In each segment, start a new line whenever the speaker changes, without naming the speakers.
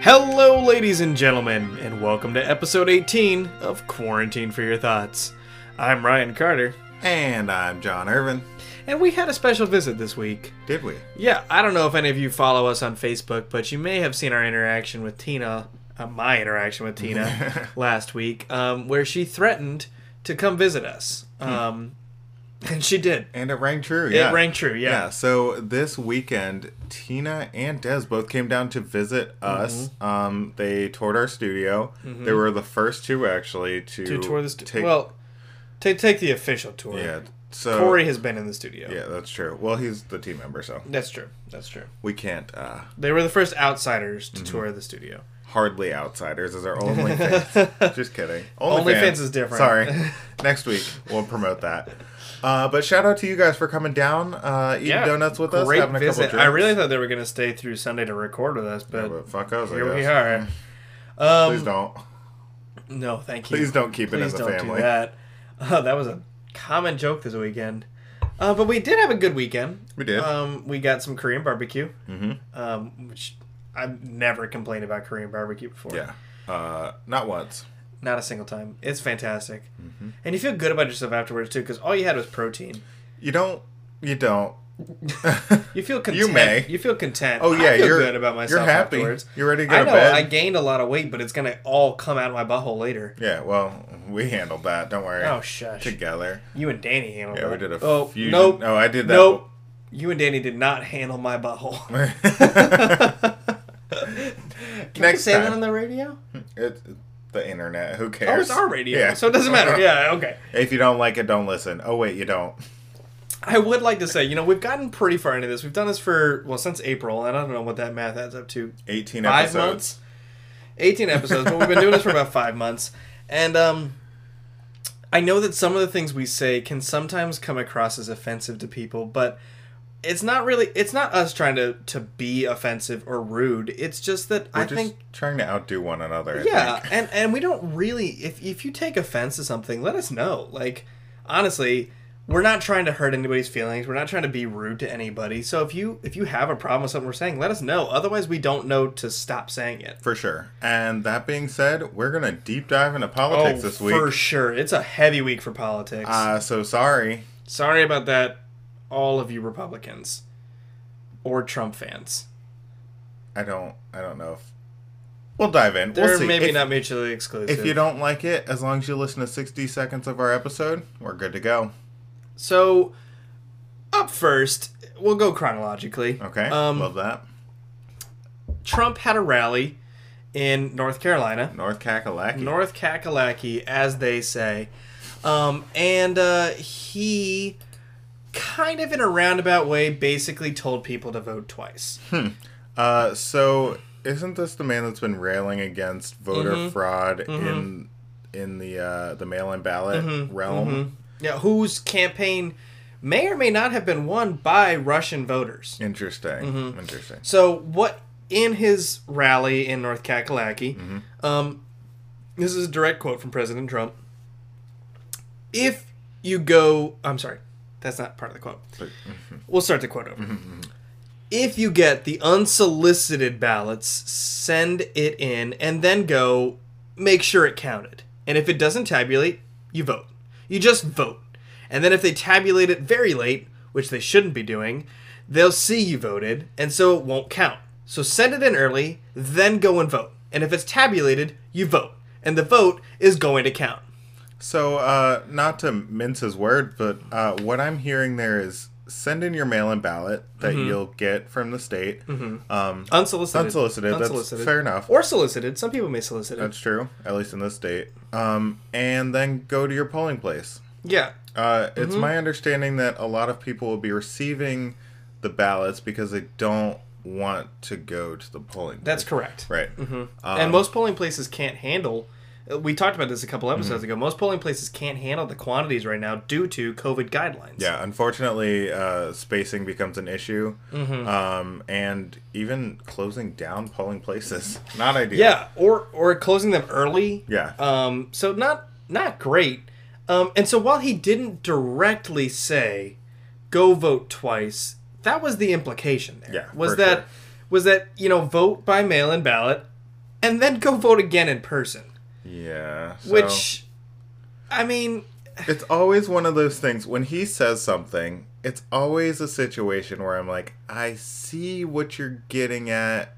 Hello, ladies and gentlemen, and welcome to episode 18 of Quarantine for Your Thoughts. I'm Ryan Carter,
And I'm John Irvin.
and we had a special visit this week.
Did we?
Yeah, I don't know if any of you follow us on Facebook, but you may have seen our interaction with Tina, uh, my interaction with Tina last week, um, where she threatened to come visit us. Um, and she did.
And it rang true. Hmm. Yeah.
It rang true, yeah.
Yeah. So this weekend, Tina and Des both came down to visit
Mm-hmm.
us. Um, they toured our studio. They were the first two actually to,
To tour the stu-
take-
Well, ta- take the official tour.
yeah. So
Corey has been in the studio.
Yeah, that's true. Well, he's the team member, so
That's true. That's true.
we can't. Uh,
They were the first outsiders to tour the studio.
hardly outsiders is our OnlyFans. Just kidding.
OnlyFans is different.
Sorry. Next week we'll promote that. Uh, but shout out to you guys for coming down, uh, eating donuts with us,
great
having a
visit.
couple drinks.
I really thought they were going to stay through Sunday to record with us, but,
But fuck us.
here
I
we
guess.
are.
Please don't.
No, thank you.
Please don't keep it in
Please
the
don't
family.
do that. Uh, that was a common joke this weekend. Uh, but we did have a good weekend.
We did.
Um, we got some Korean barbecue, mm-hmm. um, which I've never complained about Korean barbecue before.
Yeah. Uh, not once.
Not a single time. It's fantastic.
Mm-hmm.
And you feel good about yourself afterwards, too, because all you had was protein.
You don't. You don't.
You feel content.
You may.
You feel content.
Oh, yeah,
I feel
you're-
good about
you're
myself
happy.
afterwards.
You're ready to go
I
to
know
bed.
I gained a lot of weight, but it's gonna all come out of my butthole later.
yeah. Well, we handled that. Don't worry.
Oh shush!
Together.
You and Danny handled.
Yeah, we
that.
did a
oh,
fusion.
Nope.
No, I did that.
Nope. You and Danny did not handle my butthole. Can
Next
we say that
time.
on the radio?
It's the internet. Who cares?
Oh, it's our radio, so it doesn't matter. Yeah, okay.
If you don't like it, don't listen. Oh wait, you don't.
I would like to say, you know, we've gotten pretty far into this. We've done this for well since April, and I don't know what that math adds up to.
18
five
episodes.
months, eighteen episodes, but we've been doing this for about five months, and um, I know that some of the things we say can sometimes come across as offensive to people, but it's not really. It's not us trying to to be offensive or rude. It's just that
We're
I
just
think.
trying to outdo one another. I
Yeah,
think.
and and we don't really. If if you take offense to something, let us know. Like, honestly, we're not trying to hurt anybody's feelings. We're not trying to be rude to anybody. So if you if you have a problem with something we're saying, let us know. Otherwise, we don't know to stop saying it.
for sure. And that being said, we're gonna deep dive into politics this week.
Oh, for sure. It's a heavy week for politics.
Uh, so sorry.
Sorry about that, all of you Republicans or Trump fans.
I don't. I don't know if we'll dive in.
They're
we'll see.
maybe
if,
not mutually exclusive.
If you don't like it, as long as you listen to 60 seconds of our episode, we're good to go.
So, up first, we'll go chronologically.
Okay.
Um,
Love that.
Trump had a rally in North Carolina,
North Kakalaki.
North Kakalaki, as they say, um, and uh, he kind of in a roundabout way basically told people to vote twice.
Uh, so isn't this the man that's been railing against voter fraud in in the uh, the mail-in ballot realm?
Yeah, whose campaign may or may not have been won by Russian voters.
Interesting. Interesting.
So what in his rally in North Kakalaki, um, this is a direct quote from President Trump. If you go, I'm sorry, that's not part of the quote. We'll start the quote over. If you get the unsolicited ballots, send it in and then go make sure it counted. And if it doesn't tabulate, you vote. You just vote. And then if they tabulate it very late, which they shouldn't be doing, they'll see you voted and so it won't count. So send it in early, then go and vote. And if it's tabulated, you vote. And the vote is going to count.
So, uh, not to mince his word, but uh, what I'm hearing there is send in your mail-in ballot that you'll get from the state. Um,
Unsolicited.
Unsolicited, that's fair Uh, enough.
Or solicited. Some people may solicit it.
that's true, at least in this state. Um, and then go to your polling place.
Yeah.
Uh, It's
Mm-hmm.
my understanding that a lot of people will be receiving the ballots because they don't want to go to the polling.
That's Mm-hmm.
place.
correct.
right. Um,
and most polling places can't handle. uh, We talked about this a
Mhm.
couple episodes ago. Most polling places can't handle the quantities right now due to COVID guidelines.
Yeah, unfortunately, uh, spacing becomes an issue,
Mm-hmm.
um, and even closing down polling places. Not ideal.
Yeah, or or closing them early.
Yeah.
Um. So not not great. Um. And so while he didn't directly say, "Go vote twice," that was the implication there.
Yeah,
Was
for
that
sure.
was that you know vote by mail-in ballot and then go vote again in person.
Yeah. so-
Which, I mean,
it's always one of those things when he says something, it's always a situation where I'm like, I see what you're getting at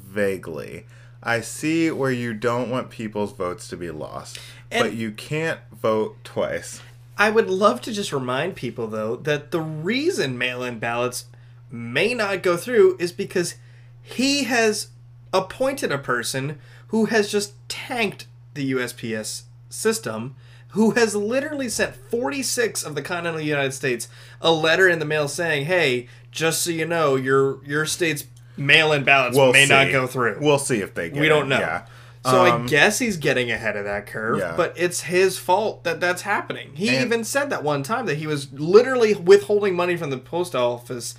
vaguely. I see where you don't want people's votes to be lost, but
And-
you can't vote twice.
I would love to just remind people, though, that the reason mail in ballots may not go through is because he has appointed a person who has just tanked the USPS system, who has literally sent 46 of the continental United States a letter in the mail saying, hey, just so you know, your, your state's mail in ballots
We'll
may not
see.
go through.
We'll see if they get
We don't
it,
know.
Yeah.
So I
Um,
guess he's getting ahead of that curve,
Yeah.
but it's his fault that that's happening. He
And-
even said that one time that he was literally withholding money from the post office,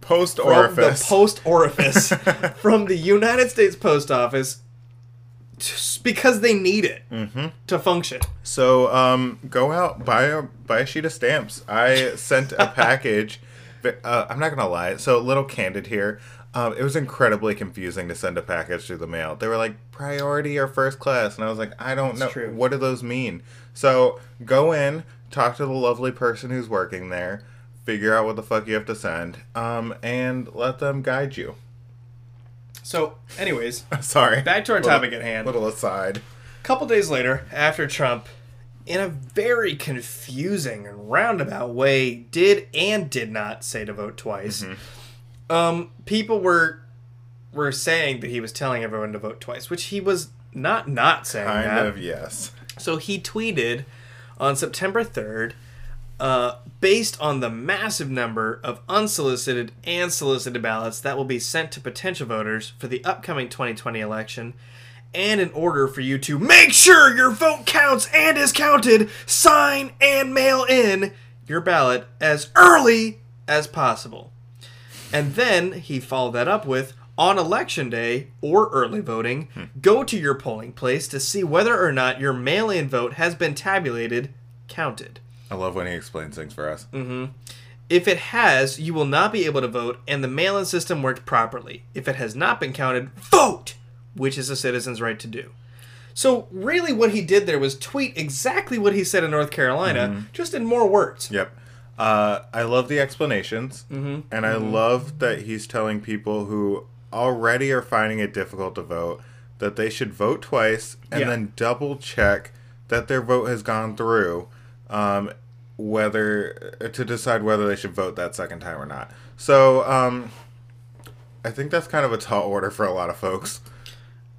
post
from
orifice.
the post orifice, from the United States Post Office, just because they need it
Mm-hmm.
to function.
So um, go out buy a buy a sheet of stamps. I sent a package. but, uh, I'm not gonna lie. So a little candid here. Um, it was incredibly confusing to send a package through the mail. They were like priority or first class, and I was like, I don't know.
true.
What do those mean? So go in, talk to the lovely person who's working there, figure out what the fuck you have to send, um, and let them guide you.
So, anyways,
Sorry.
Back to our
Little-
topic at hand.
Little aside.
couple days later, after Trump, in a very confusing and roundabout way, did and did not say to vote twice.
Mm-hmm.
Um, people were were saying that he was telling everyone to vote twice, which he was not not saying
Kind
that.
of yes.
So he tweeted on September 3rd, uh, based on the massive number of unsolicited and solicited ballots that will be sent to potential voters for the upcoming 2020 election, and in order for you to make sure your vote counts and is counted, sign and mail in your ballot as early as possible. And then he followed that up with on election day or early voting, go to your polling place to see whether or not your mail in vote has been tabulated, counted.
I love when he explains things for us.
If it has, you will not be able to vote, and the mail in system worked properly. If it has not been counted, vote, which is a citizen's right to do. So, really, what he did there was tweet exactly what he said in North Carolina, just in more words.
Yep. Uh, I love the explanations,
Mm-hmm.
and I love that he's telling people who already are finding it difficult to vote that they should vote twice and
Yeah.
then double check that their vote has gone through, um, whether to decide whether they should vote that second time or not. So um, I think that's kind of a tall order for a lot of folks.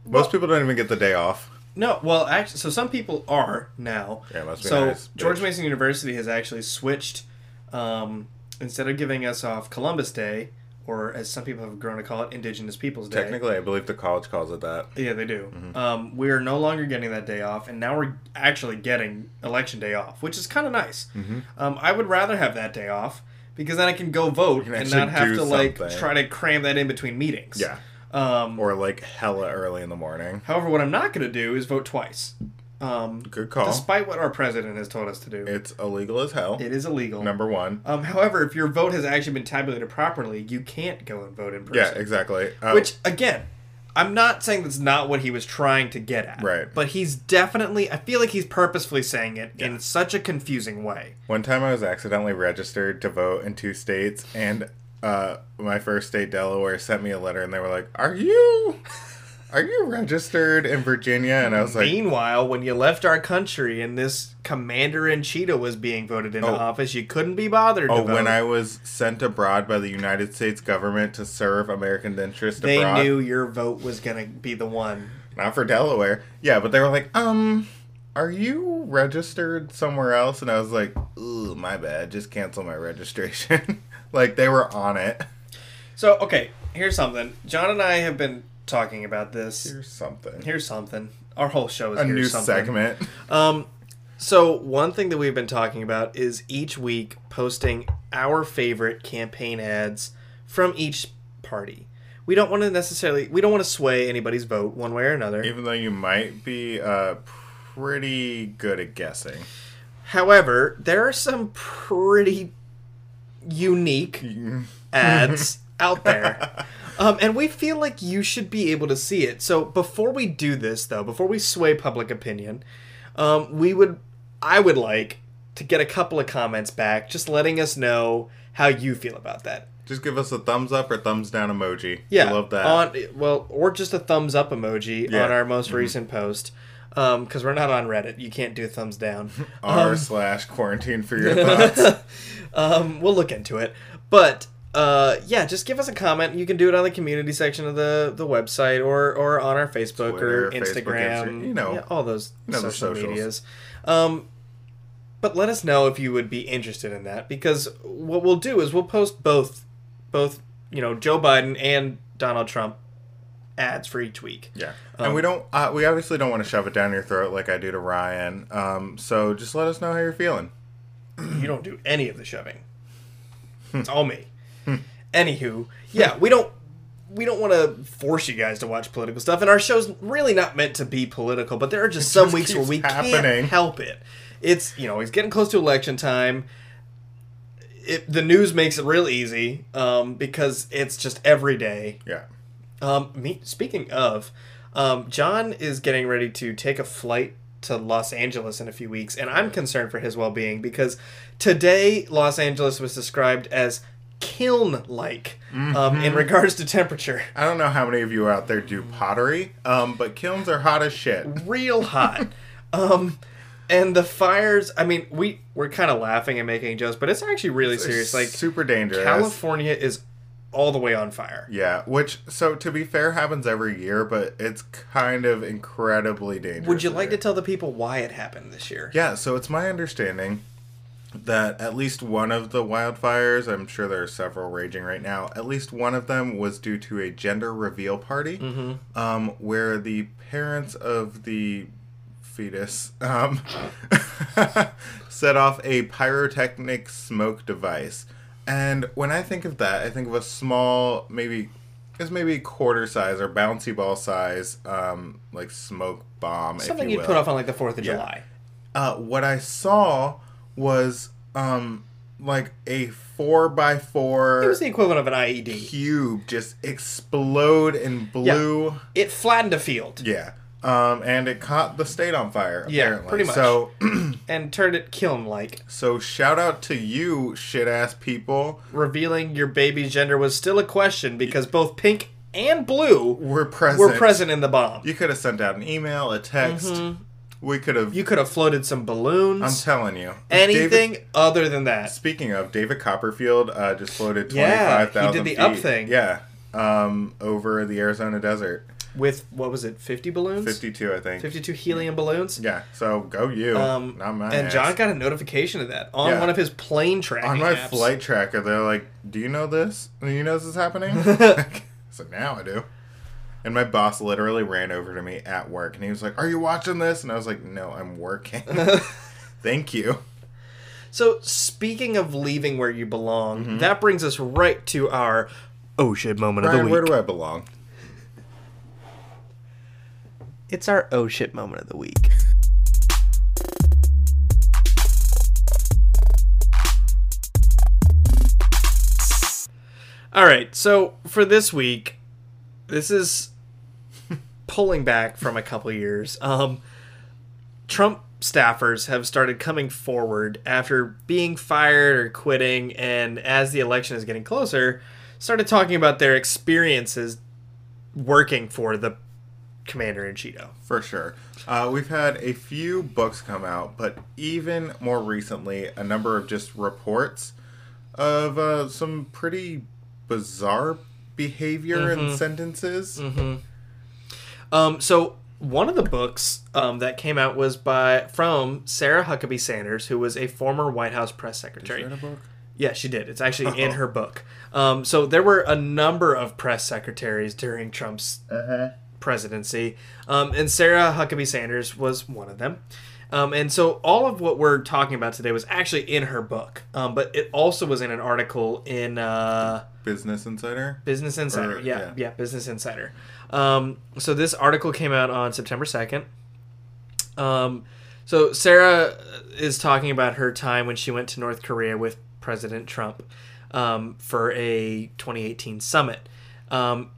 Most people don't even get the day off.
No, well, actually, so some people are now.
Yeah, must be
So
nice, bitch.
George Mason University has actually switched. Um, instead of giving us off Columbus Day, or as some people have grown to call it, Indigenous Peoples Day.
Technically, I believe the college calls it that.
Yeah, they do.
Mm-hmm.
Um, we are no longer getting that day off, and now we're actually getting election day off, which is kind of nice.
Mm-hmm.
Um, I would rather have that day off because then I can go vote and
actually
not have
do
to like
something.
try to cram that in between meetings.
Yeah.
Um,
Or like hella early in the morning.
however, what I'm not going to do is vote twice. Um,
Good call.
despite what our president has told us to do.
It's illegal as hell.
It is illegal.
Number one.
Um, however, if your vote has actually been tabulated properly, you can't go and vote in
Yeah,
person.
exactly. Uh,
Which, again, I'm not saying that's not what he was trying to get at.
Right.
But he's definitely, I feel like he's purposefully saying it in such a confusing way.
one time I was accidentally registered to vote in two states, and uh, my first state, Delaware, sent me a letter, and they were like, "Are you, are you registered in Virginia?" And I was like,
Meanwhile, when you left our country and this commander in Cheetah was being voted into office, you couldn't be bothered
"Oh,
to vote.
when I was sent abroad by the United States government to serve American interests
they
abroad,
knew your vote was going to be the one.
not for Delaware." Yeah, but they were like, "Um." Are you registered somewhere else? And I was like, ooh, my bad. Just cancel my registration. like, they were on it.
So, okay, here's something. John and I have been talking about this.
Here's something.
Here's something. Our whole show is
a
here's
new
something.
segment.
Um, so one thing that we've been talking about is each week posting our favorite campaign ads from each party. We don't want to necessarily we don't want to sway anybody's vote one way or another.
Even though you might be uh, pretty good at guessing,
However, there are some
Mm.
pretty unique ads out there. Um, and we feel like you should be able to see it. So before we do this, though, before we sway public opinion, um, we would, I would like to get a couple of comments back, just letting us know how you feel about that.
Just give us a thumbs up or thumbs down emoji.
Yeah,
We love that.
On well, or just a thumbs up emoji
Yeah. Mm-hmm.
on our most recent post, because we're not on Reddit. You can't do thumbs down.
R slash quarantine for your thoughts.
um, we'll look into it. But uh, yeah, just give us a comment. You can do it on the community section of the, the website or or on our Facebook or
Twitter,
Instagram.
Facebook, Insta- you know.
Yeah, all those
You know the
social
socials.
medias. Um, but let us know if you would be interested in that because what we'll do is we'll post both both you know Joe Biden and Donald Trump ads for each week.
Yeah, and we don't. Uh, we obviously don't want to shove it down your throat like I do to Ryan. Um, so just let us know how you're feeling.
you don't do any of the shoving.
Hmm.
It's all me. Anywho, yeah, we don't we don't want to force you guys to watch political stuff, and our show's really not meant to be political. But there are just some
just
weeks where
keeps
we
happening.
can't help it. It's you know it's getting close to election time. It, the news makes it real easy um, because it's just every day.
Yeah.
Um, me, speaking of, um, John is getting ready to take a flight to Los Angeles in a few weeks, and I'm concerned for his well being because today Los Angeles was described as kiln like um,
Mm-hmm.
in regards to temperature.
I don't know how many of you out there do pottery, um, but kilns are hot as shit.
Real hot. um, and the fires, I mean, we, we're kind of laughing and making jokes, but it's actually really serious. Like,
super dangerous.
California is all the way on fire.
yeah, which so to be fair happens every year, but it's kind of incredibly dangerous.
Would you like
there.
to tell the people why it happened this year?
Yeah, so it's my understanding that at least one of the wildfires, I'm sure there are several raging right now, at least one of them was due to a gender reveal party
Mm-hmm.
um, where the parents of the fetus um, set off a pyrotechnic smoke device. And when I think of that, I think of a small, maybe it's maybe quarter size or bouncy ball size, um, like smoke bomb.
Something
if you
you'd
will.
put off on like the 4th of
Yeah.
July.
Uh, what I saw was um like a four by
It
four
was the equivalent of an E IED.
cube just explode in blue.
It flattened a field
Yeah. Um, and it caught the state on fire. Apparently.
Yeah, pretty much.
So
and turned it kiln like,
so shout out to you shit ass people.
revealing your baby's gender was still a question because both pink and blue
We're present.
were present in the bomb.
You could have sent out an email, a text. We could have.
You could have floated some
I'm
balloons,
telling you. David-
anything other than that.
Speaking of David Copperfield, uh, just floated twenty
Yeah, he
five
did
thousand.
the up thing.
Yeah, um, over the Arizona desert,
With, what was it, 50 balloons?
fifty two, I think.
52 helium balloons?
Yeah, so go you,
Um,
not my
and
ass.
John got a notification of that on
Yeah.
one of his plane tracking
on my
apps.
flight tracker, they're like, "Do you know this? Do you know this is happening?" so now I do. And my boss literally ran over to me at work, and he was like, "Are you watching this?" And I was like, "No, I'm working." Thank you.
So, speaking of leaving where you belong,
Mm-hmm.
that brings us right to our oh shit moment of the
Brian,
week.
where do I belong?
It's our oh shit moment of the week. All right, so for this week, this is pulling back from a couple years. Um, Trump staffers have started coming forward after being fired or quitting, and as the election is getting closer, started talking about their experiences working for the commander in Cheeto.
For sure. Uh, we've had a few books come out, but even more recently, a number of just reports of uh, some pretty bizarre behavior and sentences.
Um, so one of the books um, that came out was by from Sarah Huckabee Sanders, who was a former White House press secretary.
Read a book? Oh.
Yeah, she did. It's actually in her book. Um, so there were a number of press secretaries during Trump's
Uh-huh.
presidency, um, and Sarah Huckabee Sanders was one of them. Um, and so all of what we're talking about today was actually in her book, um, but it also was in an article in. Uh,
Business Insider.
Business Insider.
Or-
yeah, yeah,
yeah.
Business Insider. Um, so this article came out on September 2nd. Um, so Sarah is talking about her time when she went to North Korea with President Trump um, for a 2018 summit. Um,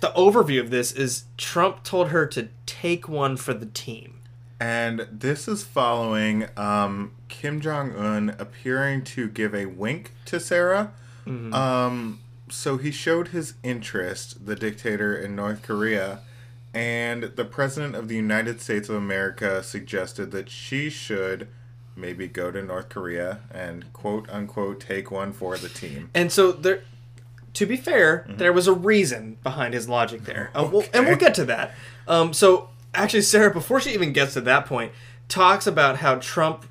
the overview of this is Trump told her to take one for the team.
And this is following um, Kim Jong Un appearing to give a wink to Sarah. Um, so he showed his interest, the dictator in North Korea, and the president of the United States of America suggested that she should maybe go to North Korea and quote unquote take one for the team.
And so there, to be fair, there was a reason behind his logic there, Uh, we'll- and we'll get to that. Um, so actually, Sarah, before she even gets to that point, talks about how Trump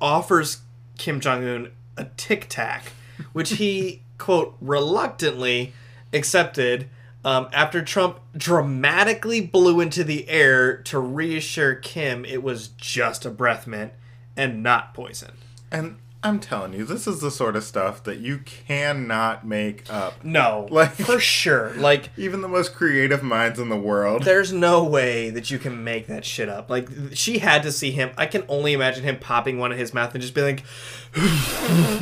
offers Kim Jong Un a tic tac, which he quote reluctantly accepted. Um, after Trump dramatically blew into the air to reassure Kim it was just a breath mint and not poison.
And I'm telling you, this is the sort of stuff that you cannot make up.
No,
Like-
for sure. Like
Even the most creative minds in the world.
There's no way that you can make that shit up. Like th- she had to see him. I can only imagine him popping one in his mouth and just be like,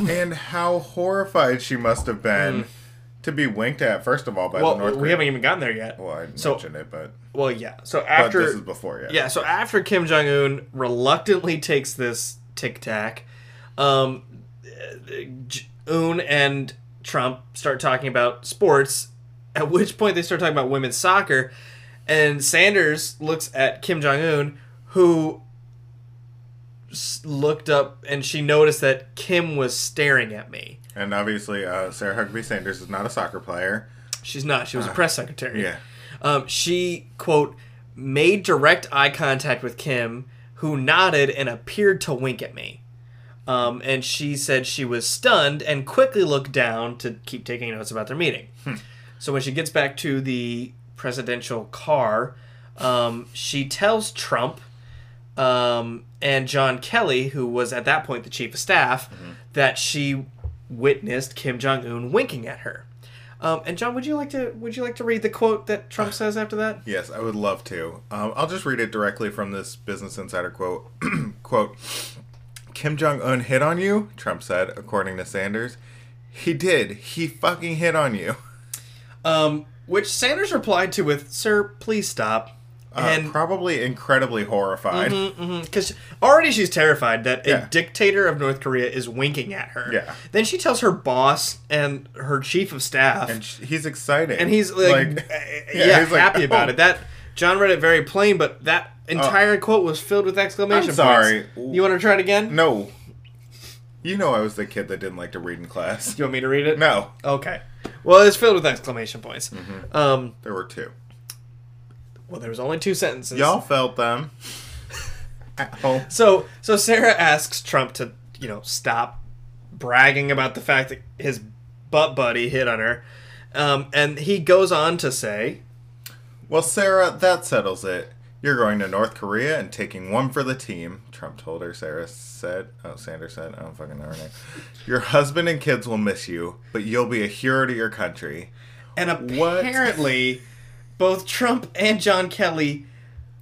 And how horrified she must have been to be winked at, first of all, by
Hmm. "Well,
the North
we
Korean.
haven't even gotten there yet."
Well, I mentioned
So-
it, but,
Well, yeah. So
but
after
this is before, yeah.
yeah, so after Kim Jong Un reluctantly takes this tic tac, um, uh, J- Un and Trump start talking about sports. At which point they start talking about women's soccer, and Sanders looks at Kim Jong Un, who s- looked up and she noticed that Kim was staring at me.
And obviously, uh, Sarah Huckabee Sanders is not a soccer player.
She's not. She was a press secretary.
yeah.
Um, she quote made direct eye contact with Kim, who nodded and appeared to wink at me. Um, and she said she was stunned and quickly looked down to keep taking notes about their meeting. So when she gets back to the presidential car, um, she tells Trump um, and John Kelly, who was at that point the chief of staff, that she witnessed Kim Jong Un winking at her. Um, and John, would you like to would you like to read the quote that Trump says after that?
Yes, I would love to. Um, I'll just read it directly from this Business Insider quote. quote Kim Jong un hit on you, Trump said, according to Sanders. He did. He fucking hit on you.
Um, which Sanders replied to with, "Sir, please stop."
Uh,
And Mm-hmm.
probably incredibly horrified.
because already she's terrified that
Yeah.
a dictator of North Korea is winking at her.
Yeah.
Then she tells her boss and her chief of staff,
And sh- he's excited.
and he's like, uh, yeah,
he's like,
happy about
"Oh."
it. That John read it very plain, but that entire quote was filled with exclamation
I'm sorry.
points. You want to try it again?
No. You know I was the kid that didn't like to read in class.
You want me to read it?
No.
Okay. Well, it's filled with exclamation points.
Mm-hmm.
Um,
There were two.
well, there was only two sentences.
Y'all felt them. At home.
So, so Sarah asks Trump to, you know, stop bragging about the fact that his butt buddy hit on her, um, and he goes on to say,
Well, Sarah, that settles it. You're going to North Korea and taking one for the team, Trump told her. Sarah said, oh, Sanders said, I don't fucking know her name. Your husband and kids will miss you, but you'll be a hero to your country.
and
What?
apparently, both Trump and John Kelly,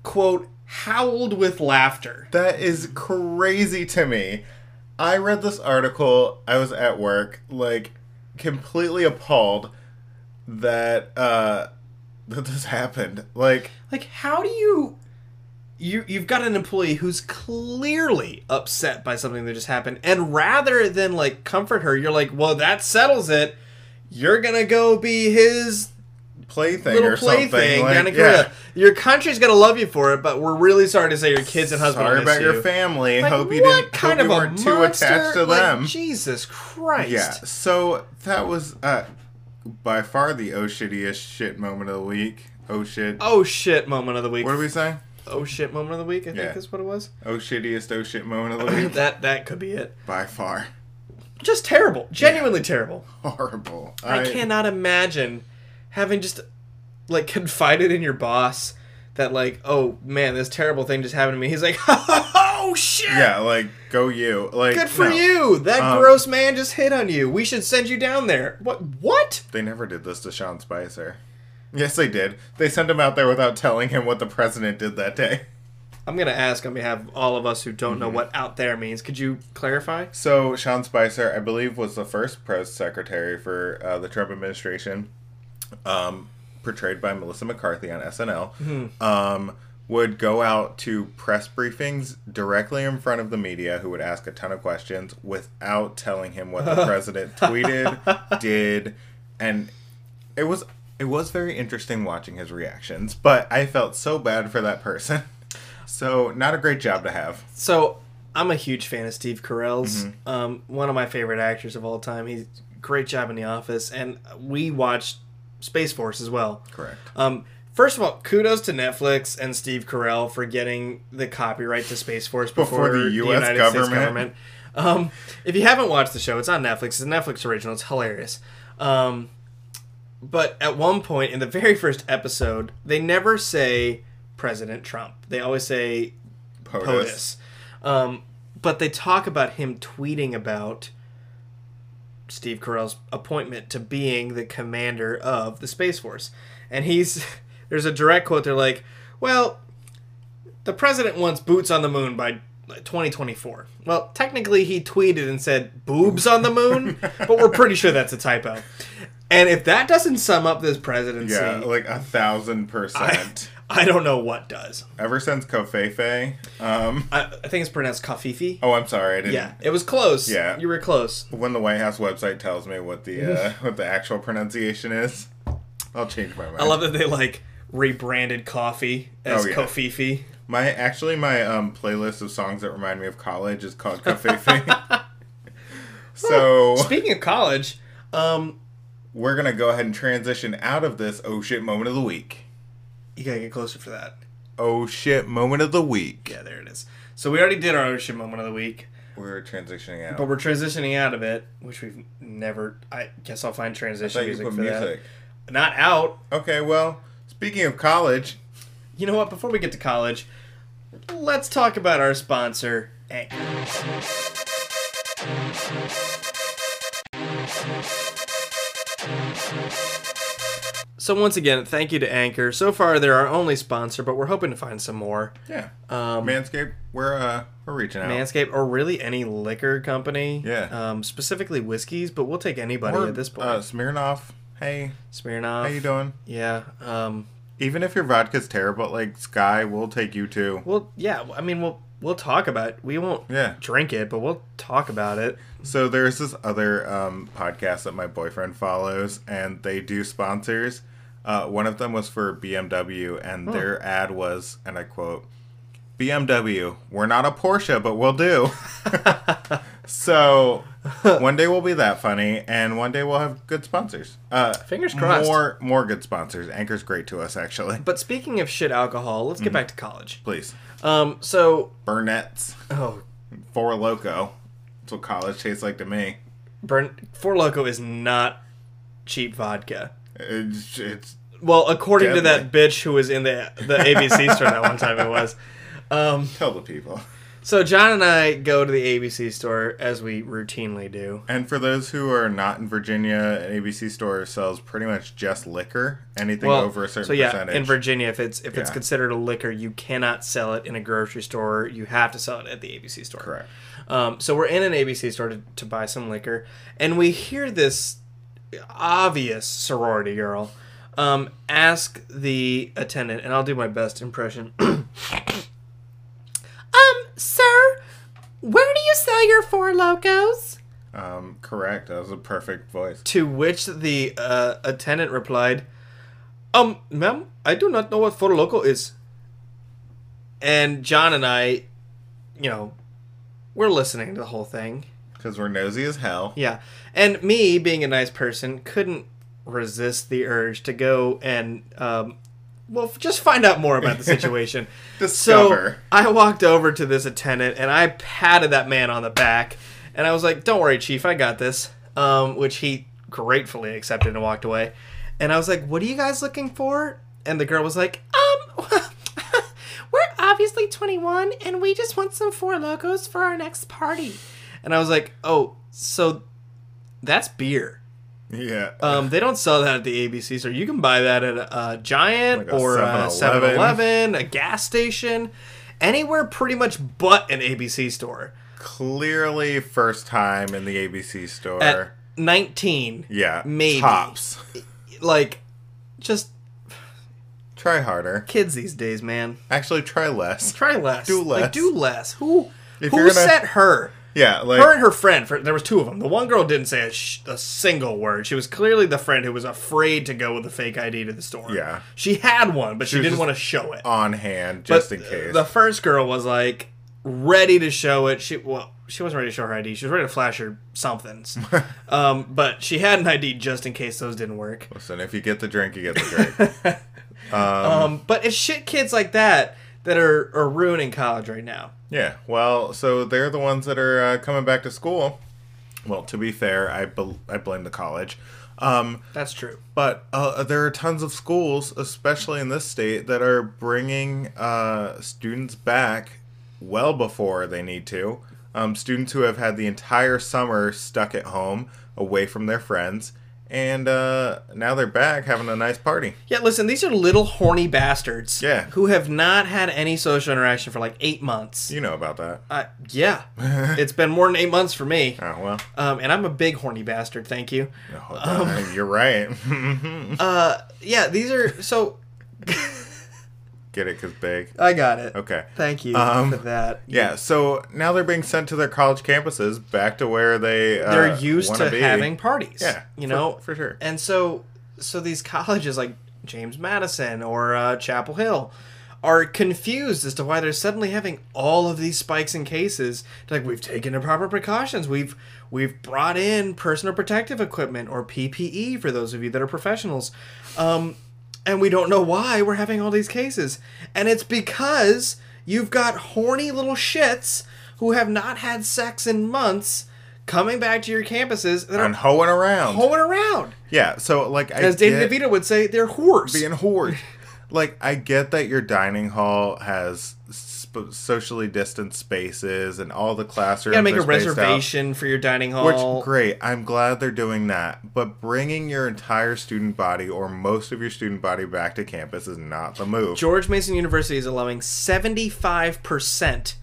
quote, howled with laughter.
That is crazy to me. I read this article. I was at work, like completely appalled that uh that this happened. Like
Like, how do you you you've got an employee who's clearly upset by something that just happened, and rather than like comfort her, you're like, well, that settles it. You're gonna go be his
plaything
little
or something.
plaything
Like,
down in Korea. Your country's gonna love you for it, but we're really sorry to say your kids and husband
Sorry
are
about
you.
your family.
Like,
hope you
what
didn't
kind
hope you
of
weren't
a
too
monster?
attached to
Like,
them.
Jesus Christ!
Yeah. So that was uh by far the oh shittiest shit moment of the week. Oh shit.
Oh shit! Moment of the week.
What do we say?
Oh shit! Moment of the week. I
Yeah.
think is what it was.
Oh shittiest oh shit moment of the week.
that that could be it.
by far.
Just terrible. Genuinely terrible.
Horrible.
I cannot imagine having just like confided in your boss that like, oh man, this terrible thing just happened to me. He's like, oh shit,
Yeah, like go you. Like
good for
no.
you. That
Um,
gross man just hit on you. We should send you down there. What? What?
They never did this to Sean Spicer. Yes, they did. They sent him out there without telling him what the president did that day.
I'm gonna ask on behalf of all of us who don't
Mhm.
know what out there means. Could you clarify?
So Sean Spicer, I believe, was the first press secretary for uh, the Trump administration. um, portrayed by Melissa McCarthy on SNL, um, would go out to press briefings directly in front of the media, who would ask a ton of questions without telling him what the president tweeted, did, and it was it was very interesting watching his reactions. But I felt so bad for that person. So not a great job to have.
So I'm a huge fan of Steve Carell's.
Mm-hmm.
Um, one of my favorite actors of all time. He's great job in The Office, and we watched Space Force as well.
Correct.
Um, first of all, kudos to Netflix and Steve Carell for getting the copyright to Space Force before,
Before the
the,
US
United States
government.
government. Um, if you haven't watched the show, it's on Netflix. It's a Netflix original. It's hilarious. Um, but at one point in the very first episode, they never say President Trump. They always say
POTUS.
POTUS. Um, but they talk about him tweeting about Steve Carell's appointment to being the commander of the Space Force. And he's there's a direct quote they're like, "Well, the president wants boots on the moon by 2024." Well, technically he tweeted and said boobs on the moon, but we're pretty sure that's a typo. And if that doesn't sum up this presidency,
Yeah, like a thousand percent.
I don't know what does.
Ever since Kofefe, um,
I, I think it's pronounced Kafifi.
oh, I'm sorry, I didn't.
Yeah, it was close.
Yeah.
you were close.
When the White House website tells me what the uh, what the actual pronunciation is, I'll change my mind.
I love that they like rebranded coffee as
Oh, yeah.
Kofifi.
my actually my um, playlist of songs that remind me of college is called Kofefe. so
Speaking of college, um,
we're gonna go ahead and transition out of this oh shit moment of the week.
you gotta get closer for that.
Oh shit moment of the week.
Yeah, there it is. So we already did our ocean moment of the week,
We're transitioning out.
but we're transitioning out of it, which we've never. I guess I'll find transition
Thought you
music
put
for
music.
that. Not out.
Okay, well, speaking of college,
You know what? Before we get to college, let's talk about our sponsor, Anchor. So once again, thank you to Anchor. So far, they're our only sponsor, but we're hoping to find some more.
yeah,
Um,
Manscaped, we're uh, we're reaching out.
Manscaped, or really any liquor company.
Yeah.
Um, specifically whiskeys, but we'll take anybody
Or,
at this point.
Uh, Smirnoff, hey,
Smirnoff.
how you doing?
Yeah. Um,
Even if your vodka's terrible, like Sky, we'll take you too.
well, yeah. I mean, we'll we'll talk about. It. We won't
Yeah.
drink it, but we'll talk about it.
So there's this other um, podcast that my boyfriend follows, and they do sponsors. Uh, one of them was for BMW, and their ad was, and I quote, "BMW, we're not a Porsche, but we'll do." so one day we'll be that funny, and one day we'll have good sponsors. Uh,
Fingers crossed.
More, more good sponsors. Anchor's great to us, actually.
But speaking of shit alcohol, let's
Mm-hmm.
get back to college.
Please,
Um, so
Burnett's,
oh,
Four Loco. That's what college tastes like to me.
burn Four Loco is not cheap vodka.
It's, it's
Well, according to that
Deadly.
bitch who was in the the ABC store that one time, it was. Um,
tell the people.
so John and I go to the ABC store as we routinely do.
And for those who are not in Virginia, an ABC store sells pretty much just liquor. Anything
Well,
over a certain
so yeah,
percentage.
in Virginia, if it's if it's
Yeah.
considered a liquor, you cannot sell it in a grocery store. You have to sell it at the ABC store.
Correct.
Um, so we're in an ABC store to, to buy some liquor, and we hear this obvious sorority girl um, ask the attendant, and I'll do my best impression. um, sir, where do you sell your four locos?
Um, correct. That was a perfect voice.
To which the uh, attendant replied, "Um, ma'am, I do not know what four loco is." And John and I, you know, we're listening to the whole thing.
Because we're nosy as hell.
Yeah. And me, being a nice person, couldn't resist the urge to go and, um, well, f- just find out more about the situation.
Discover.
So I walked over to this attendant and I patted that man on the back. And I was like, don't worry, Chief, I got this. Um, which he gratefully accepted and walked away. And I was like, what are you guys looking for? And the girl was like, um, we're obviously 21 and we just want some four locos for our next party. And I was like, oh, so that's beer.
Yeah.
Um, they don't sell that at the ABC store. You can buy that at a, a Giant
Like a
or a
7-Eleven.
7 Eleven, a gas station, anywhere pretty much but an ABC store.
Clearly, first time in the ABC store.
At 19,
yeah.
maybe.
Tops.
like, Just
Try harder.
kids these days, man.
Actually, try less.
Try less.
Do
Like,
less.
do less. Who
If
who
you're gonna-
set her?
Yeah, like
her and her friend. For, there was two of them. The one girl didn't say a, sh- a single word. She was clearly the friend who was afraid to go with a fake ID to the store.
Yeah.
she had one, but she,
was
didn't
just-
want to show it.
on hand just
But
in case.
The first girl was like ready to show it. She well, she wasn't ready to show her ID. She was ready to flash her somethings. um, but she had an ID just in case those didn't work.
Listen, if you get the drink, you get the drink. Uh-huh.
Um, but it's shit kids like that that are, are ruining college right now.
yeah. Well, so they're the ones that are uh, coming back to school. Well, to be fair, I bel I blame the college. Um,
That's true.
But uh, there are tons of schools, especially in this state, that are bringing uh, students back well before they need to. Um, students who have had the entire summer stuck at home, away from their friends, and uh, now they're back having a nice party.
Yeah, listen, these are little horny bastards.
Yeah.
Who have not had any social interaction for like eight months.
You know about that.
Uh, yeah. it's been more than eight months for me.
Oh, well.
Um, and I'm a big horny bastard, thank you.
Oh, You're right.
Uh, yeah, these are so.
Get it? Because big.
I got it.
Okay.
Thank you
Um,
for that.
Yeah, so now they're being sent to their college campuses, back to where they uh,
They're used
wanna
to
be.
having parties.
Yeah,
You
for-
know?
for sure.
And so, so these colleges like James Madison or uh, Chapel Hill are confused as to why they're suddenly having all of these spikes in cases. They're like we've taken improper precautions. We've we've brought in personal protective equipment or PPE for those of you that are professionals. Um, and we don't know why we're having all these cases. And it's because you've got horny little shits who have not had sex in months coming back to your campuses that
and
are
hoeing around.
hoeing around.
Yeah, so like I
As David
get
DeVito would say, they're whores.
being whores. like I get that your dining hall has sp- socially distanced spaces and all the classrooms.
you gotta make a
are spaced out,
reservation for your dining hall.
which great, I'm glad they're doing that. But bringing your entire student body or most of your student body back to campus is not the move.
George Mason University is allowing 75%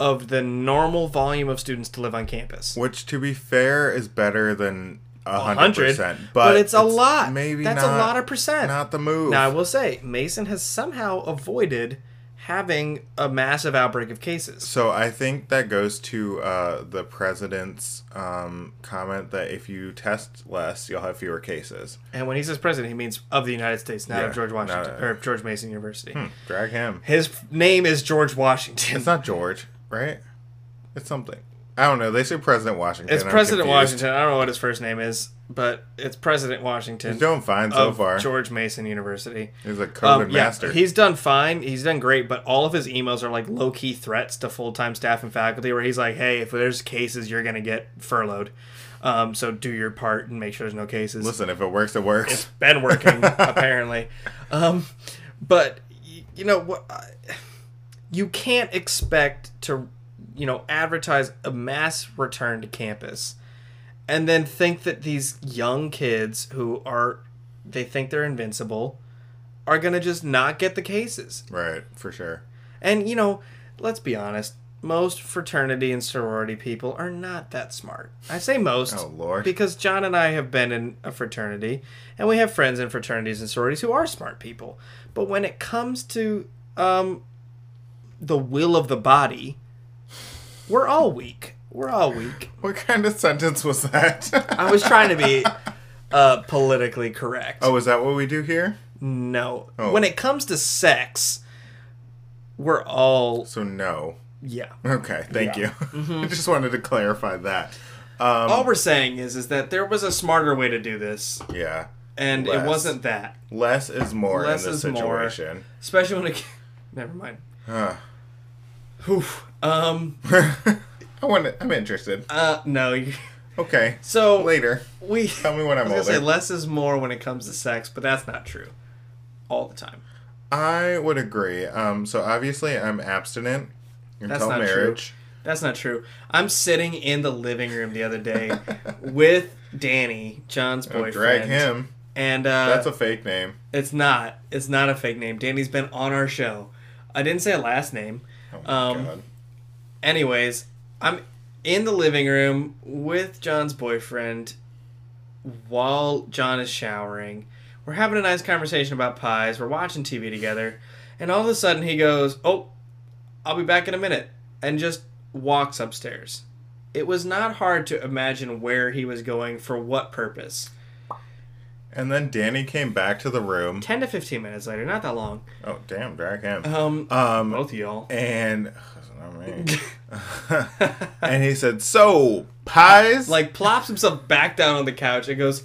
of the normal volume of students to live on campus.
which, to be fair, is better than hundred
100,
percent.
but, it's a lot.
Maybe
That's
not-
a lot of percent.
Not the move.
Now, I will say, Mason has somehow avoided having a massive outbreak of cases.
So I think that goes to uh, the president's um, comment that if you test less, you'll have fewer cases.
And when he says president, he means of the United States, not
Yeah,
of George Washington
not- Hmm.
or of George Mason University.
Drag him.
His f- name is George Washington.
It's not George, right? It's something. I don't know. They say President Washington.
It's
I'm
President
confused.
Washington. I don't know what his first name is, but it's President Washington.
He's doing fine so
of
far.
George Mason University.
He's a COVID
Um, yeah,
master.
he's done fine. He's done great, but all of his emails are like low key threats to full time staff and faculty, where he's like, "Hey, if there's cases, you're gonna get furloughed. Um, so do your part and make sure there's no cases."
Listen, if it works, it works.
Been working apparently, um, but y- you know what? I- You can't expect to, you know, advertise a mass return to campus, and then think that these young kids who are, they think they're invincible, are gonna just not get the cases.
Right, for sure.
And you know, let's be honest, most fraternity and sorority people are not that smart. I say most
Oh, Lord.
because John and I have been in a fraternity and we have friends in fraternities and sororities who are smart people. But when it comes to um the will of the body, we're all weak. We're all weak.
What kind of sentence was that?
I was trying to be uh politically correct.
oh, is that what we do here?
no.
Oh.
When it comes to sex, we're all
So no.
yeah. Mm-hmm.
Okay, thank you. I just wanted to clarify that. Um,
all we're saying is is that there was a smarter way to do this
yeah.
and
Less.
it wasn't that
Less is more
Less
in this
is more.
situation.
especially when it never mind
Huh.
Oof. um
I want. To, I'm interested.
uh no you-
Okay.
so
Later.
we
Tell me when
I
I'm
was gonna say
older.
less is more when it comes to sex but that's not true all the time
I would agree. Um. So obviously, I'm abstinent
That's
until
not
marriage.
That's not true. I'm sitting in the living room the other day with Danny, John's boyfriend.
Drag him.
And uh,
That's a fake name.
It's not. It's not a fake name. Danny's been on our show. I didn't say a last name.
Oh my
um,
God.
Anyways, I'm in the living room with John's boyfriend while John is showering. We're having a nice conversation about pies. We're watching TV together. And all of a sudden he goes, Oh, I'll be back in a minute. And just walks upstairs. It was not hard to imagine where he was going for what purpose.
And then Danny came back to the room.
10 to 15 minutes later, not that long.
Oh, damn, drag him.
Um,
Um,
both of y'all.
and not me. and he said, "So pies,
Like plops himself back down on the couch and goes,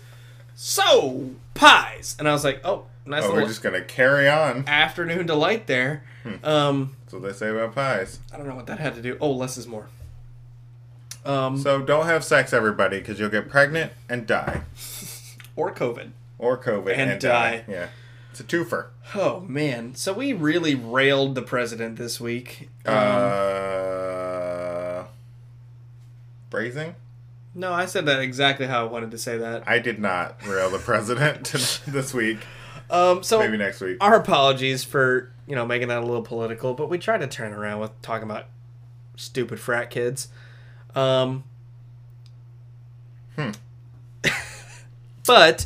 So, pies. And I was like, Oh, nice
oh,
little
we're just Hmm. gonna carry on."
afternoon delight there. Um,
That's what they say about pies.
I don't know what that had to do. Oh, less is more. Um,
So don't have sex, everybody, because you'll get pregnant and die,
or COVID.
or COVID
And
and,
die.
Yeah, it's a twofer.
Oh man, so we really railed the president this week. Um,
uh, phrasing.
no, I said that exactly how I wanted to say that.
I did not rail the president this week.
Um, so
Maybe next week.
our apologies for you know making that a little political, but we tried to turn around with talking about stupid frat kids. Um,
Hmm.
but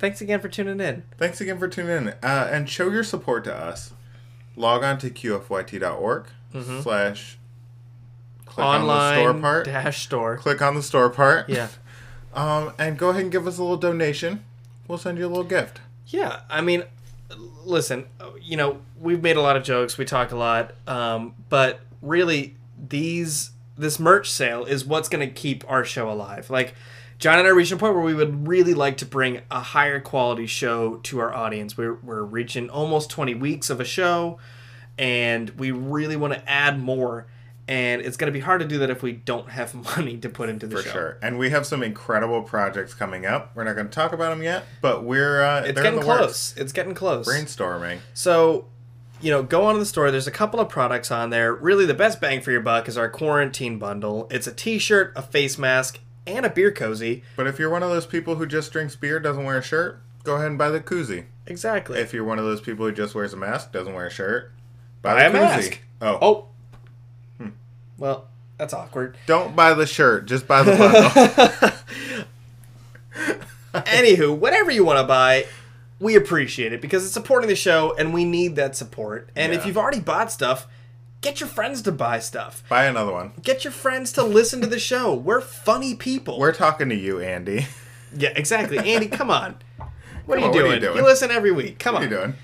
thanks again for tuning in.
Thanks again for tuning in. Uh, and show your support to us. Log on to qfyt.org slash click
Mm-hmm. Online
on the store part.
dash store.
click on the store part.
Yeah.
Um, and go ahead and give us a little donation. We'll send you a little gift.
Yeah, I mean, listen, you know, we've made a lot of jokes, we talk a lot, um, but really, these this merch sale is what's going to keep our show alive. Like, John and I reached a point where we would really like to bring a higher quality show to our audience. We're we're reaching almost twenty weeks of a show, and we really want to add more. And it's going to be hard to do that if we don't have money to put into the
For
show.
sure. And we have some incredible projects coming up. We're not going to talk about them yet, but we're uh,
It's
they're in
getting
the
close.
works.
It's getting close.
Brainstorming.
So, you know, go on to the store. There's a couple of products on there. Really, the best bang for your buck is our quarantine bundle. It's a T-shirt, a face mask, and a beer cozy.
But if you're one of those people who just drinks beer, doesn't wear a shirt, go ahead and buy the koozie.
Exactly.
If you're one of those people who just wears a mask, doesn't wear a shirt,
Buy
buy
a
the koozie.
mask.
Oh. Hmm.
oh, well, that's awkward.
Don't buy the shirt, just buy the bundle.
Anywho, whatever you want to buy, we appreciate it because it's supporting the show, and we need that support. And if
Yeah.
you've already bought stuff, get your friends to buy stuff.
buy another one.
Get your friends to listen to the show. We're funny people.
We're talking to you, Andy.
yeah, exactly. Andy, come on. What,
Come
are,
on,
you
what are
doing?
you doing?
You listen Um, every week. Come
What are
on.
you doing?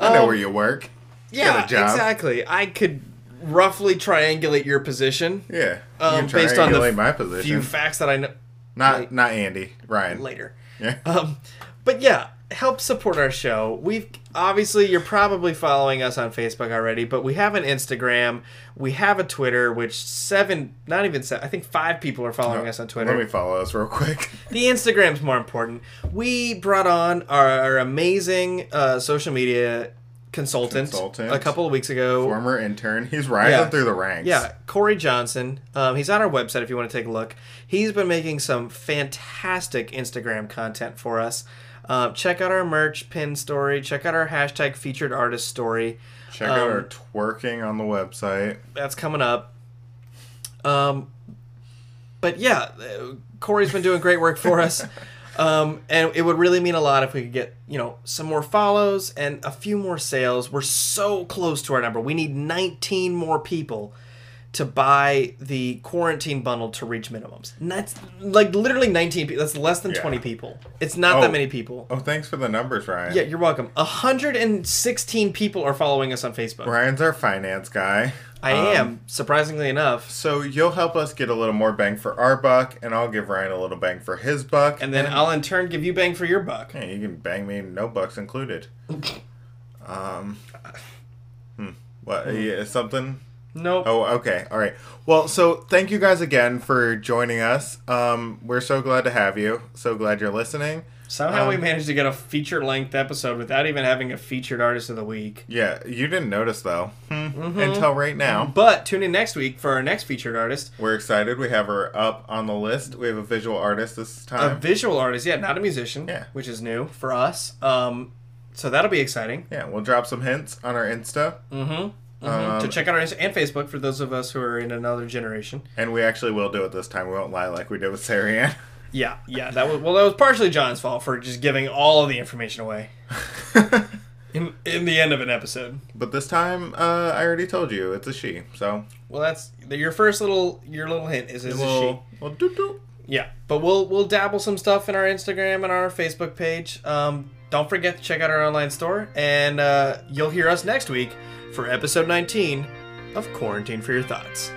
I know where you work.
Yeah,
Get a job.
exactly. I could roughly triangulate your position.
Yeah.
Um,
you can try
based
to
on the
emulate
f-
my
A
position.
few facts that I know
not not Andy, Ryan.
later.
Yeah.
Um, but yeah, help support our show. We've obviously you're probably following us on Facebook already, but we have an Instagram, we have a Twitter, which seven, not even seven, I think five people are following us on Twitter.
Let me follow us real quick.
the Instagram's more important. We brought on our, our amazing uh, social media consultant,
Consultant.
a couple of weeks ago.
Former intern. He's rising
Yeah.
through the ranks.
Yeah, Corey Johnson. Um, he's on our website if you want to take a look. He's been making some fantastic Instagram content for us. Um, check out our merch pin story. Check out our hashtag featured artist story.
Check out
um,
our twerking on the website.
That's coming up. Um, but yeah, uh, Corey's been doing great work for us. Um, and it would really mean a lot if we could get, you know, some more follows and a few more sales. We're so close to our number. We need 19 more people to buy the quarantine bundle to reach minimums. And that's like literally 19 people. That's less than
Yeah.
20 people. It's not
Oh.
that many people.
Oh, thanks for the numbers, Ryan.
Yeah, you're welcome. 116 people are following us on Facebook.
Ryan's our finance guy.
I
Um,
am, surprisingly enough.
So you'll help us get a little more bang for our buck, and I'll give Ryan a little bang for his buck.
and then I'll in turn give you bang for your buck.
Yeah, you can bang me, no bucks included. um, hmm, what? Yeah, something.
Nope.
Oh, okay, all right. Well, so thank you guys again for joining us. Um, we're so glad to have you. So glad you're listening.
Somehow we
um,
managed to get a feature length episode without even having a featured artist of the week.
Yeah, you didn't notice though hmm,
Mm-hmm.
until right now.
But tune in next week for our next featured artist,
We're excited. We have her up on the list. We have a visual artist this
a
time.
visual artist, yeah, not a musician,
Yeah.
which is new for us. Um, so that'll be exciting.
yeah, we'll drop some hints on our Insta,
Mm-hmm.
Um,
so check out our Insta and Facebook for those of us who are in another generation.
and we actually will do it this time. We won't lie like we did with Sarian.
Yeah, yeah. That was well. That was partially John's fault for just giving all of the information away in in the end of an episode.
But this time, uh, I already told you it's a she. So
Well, that's your first little your little hint is is a she.
well, well, doot doot.
Yeah, but we'll we'll dabble some stuff in our Instagram and our Facebook page. Um, don't forget to check out our online store, and uh, you'll hear us next week for episode 19 of Quarantine for Your Thoughts.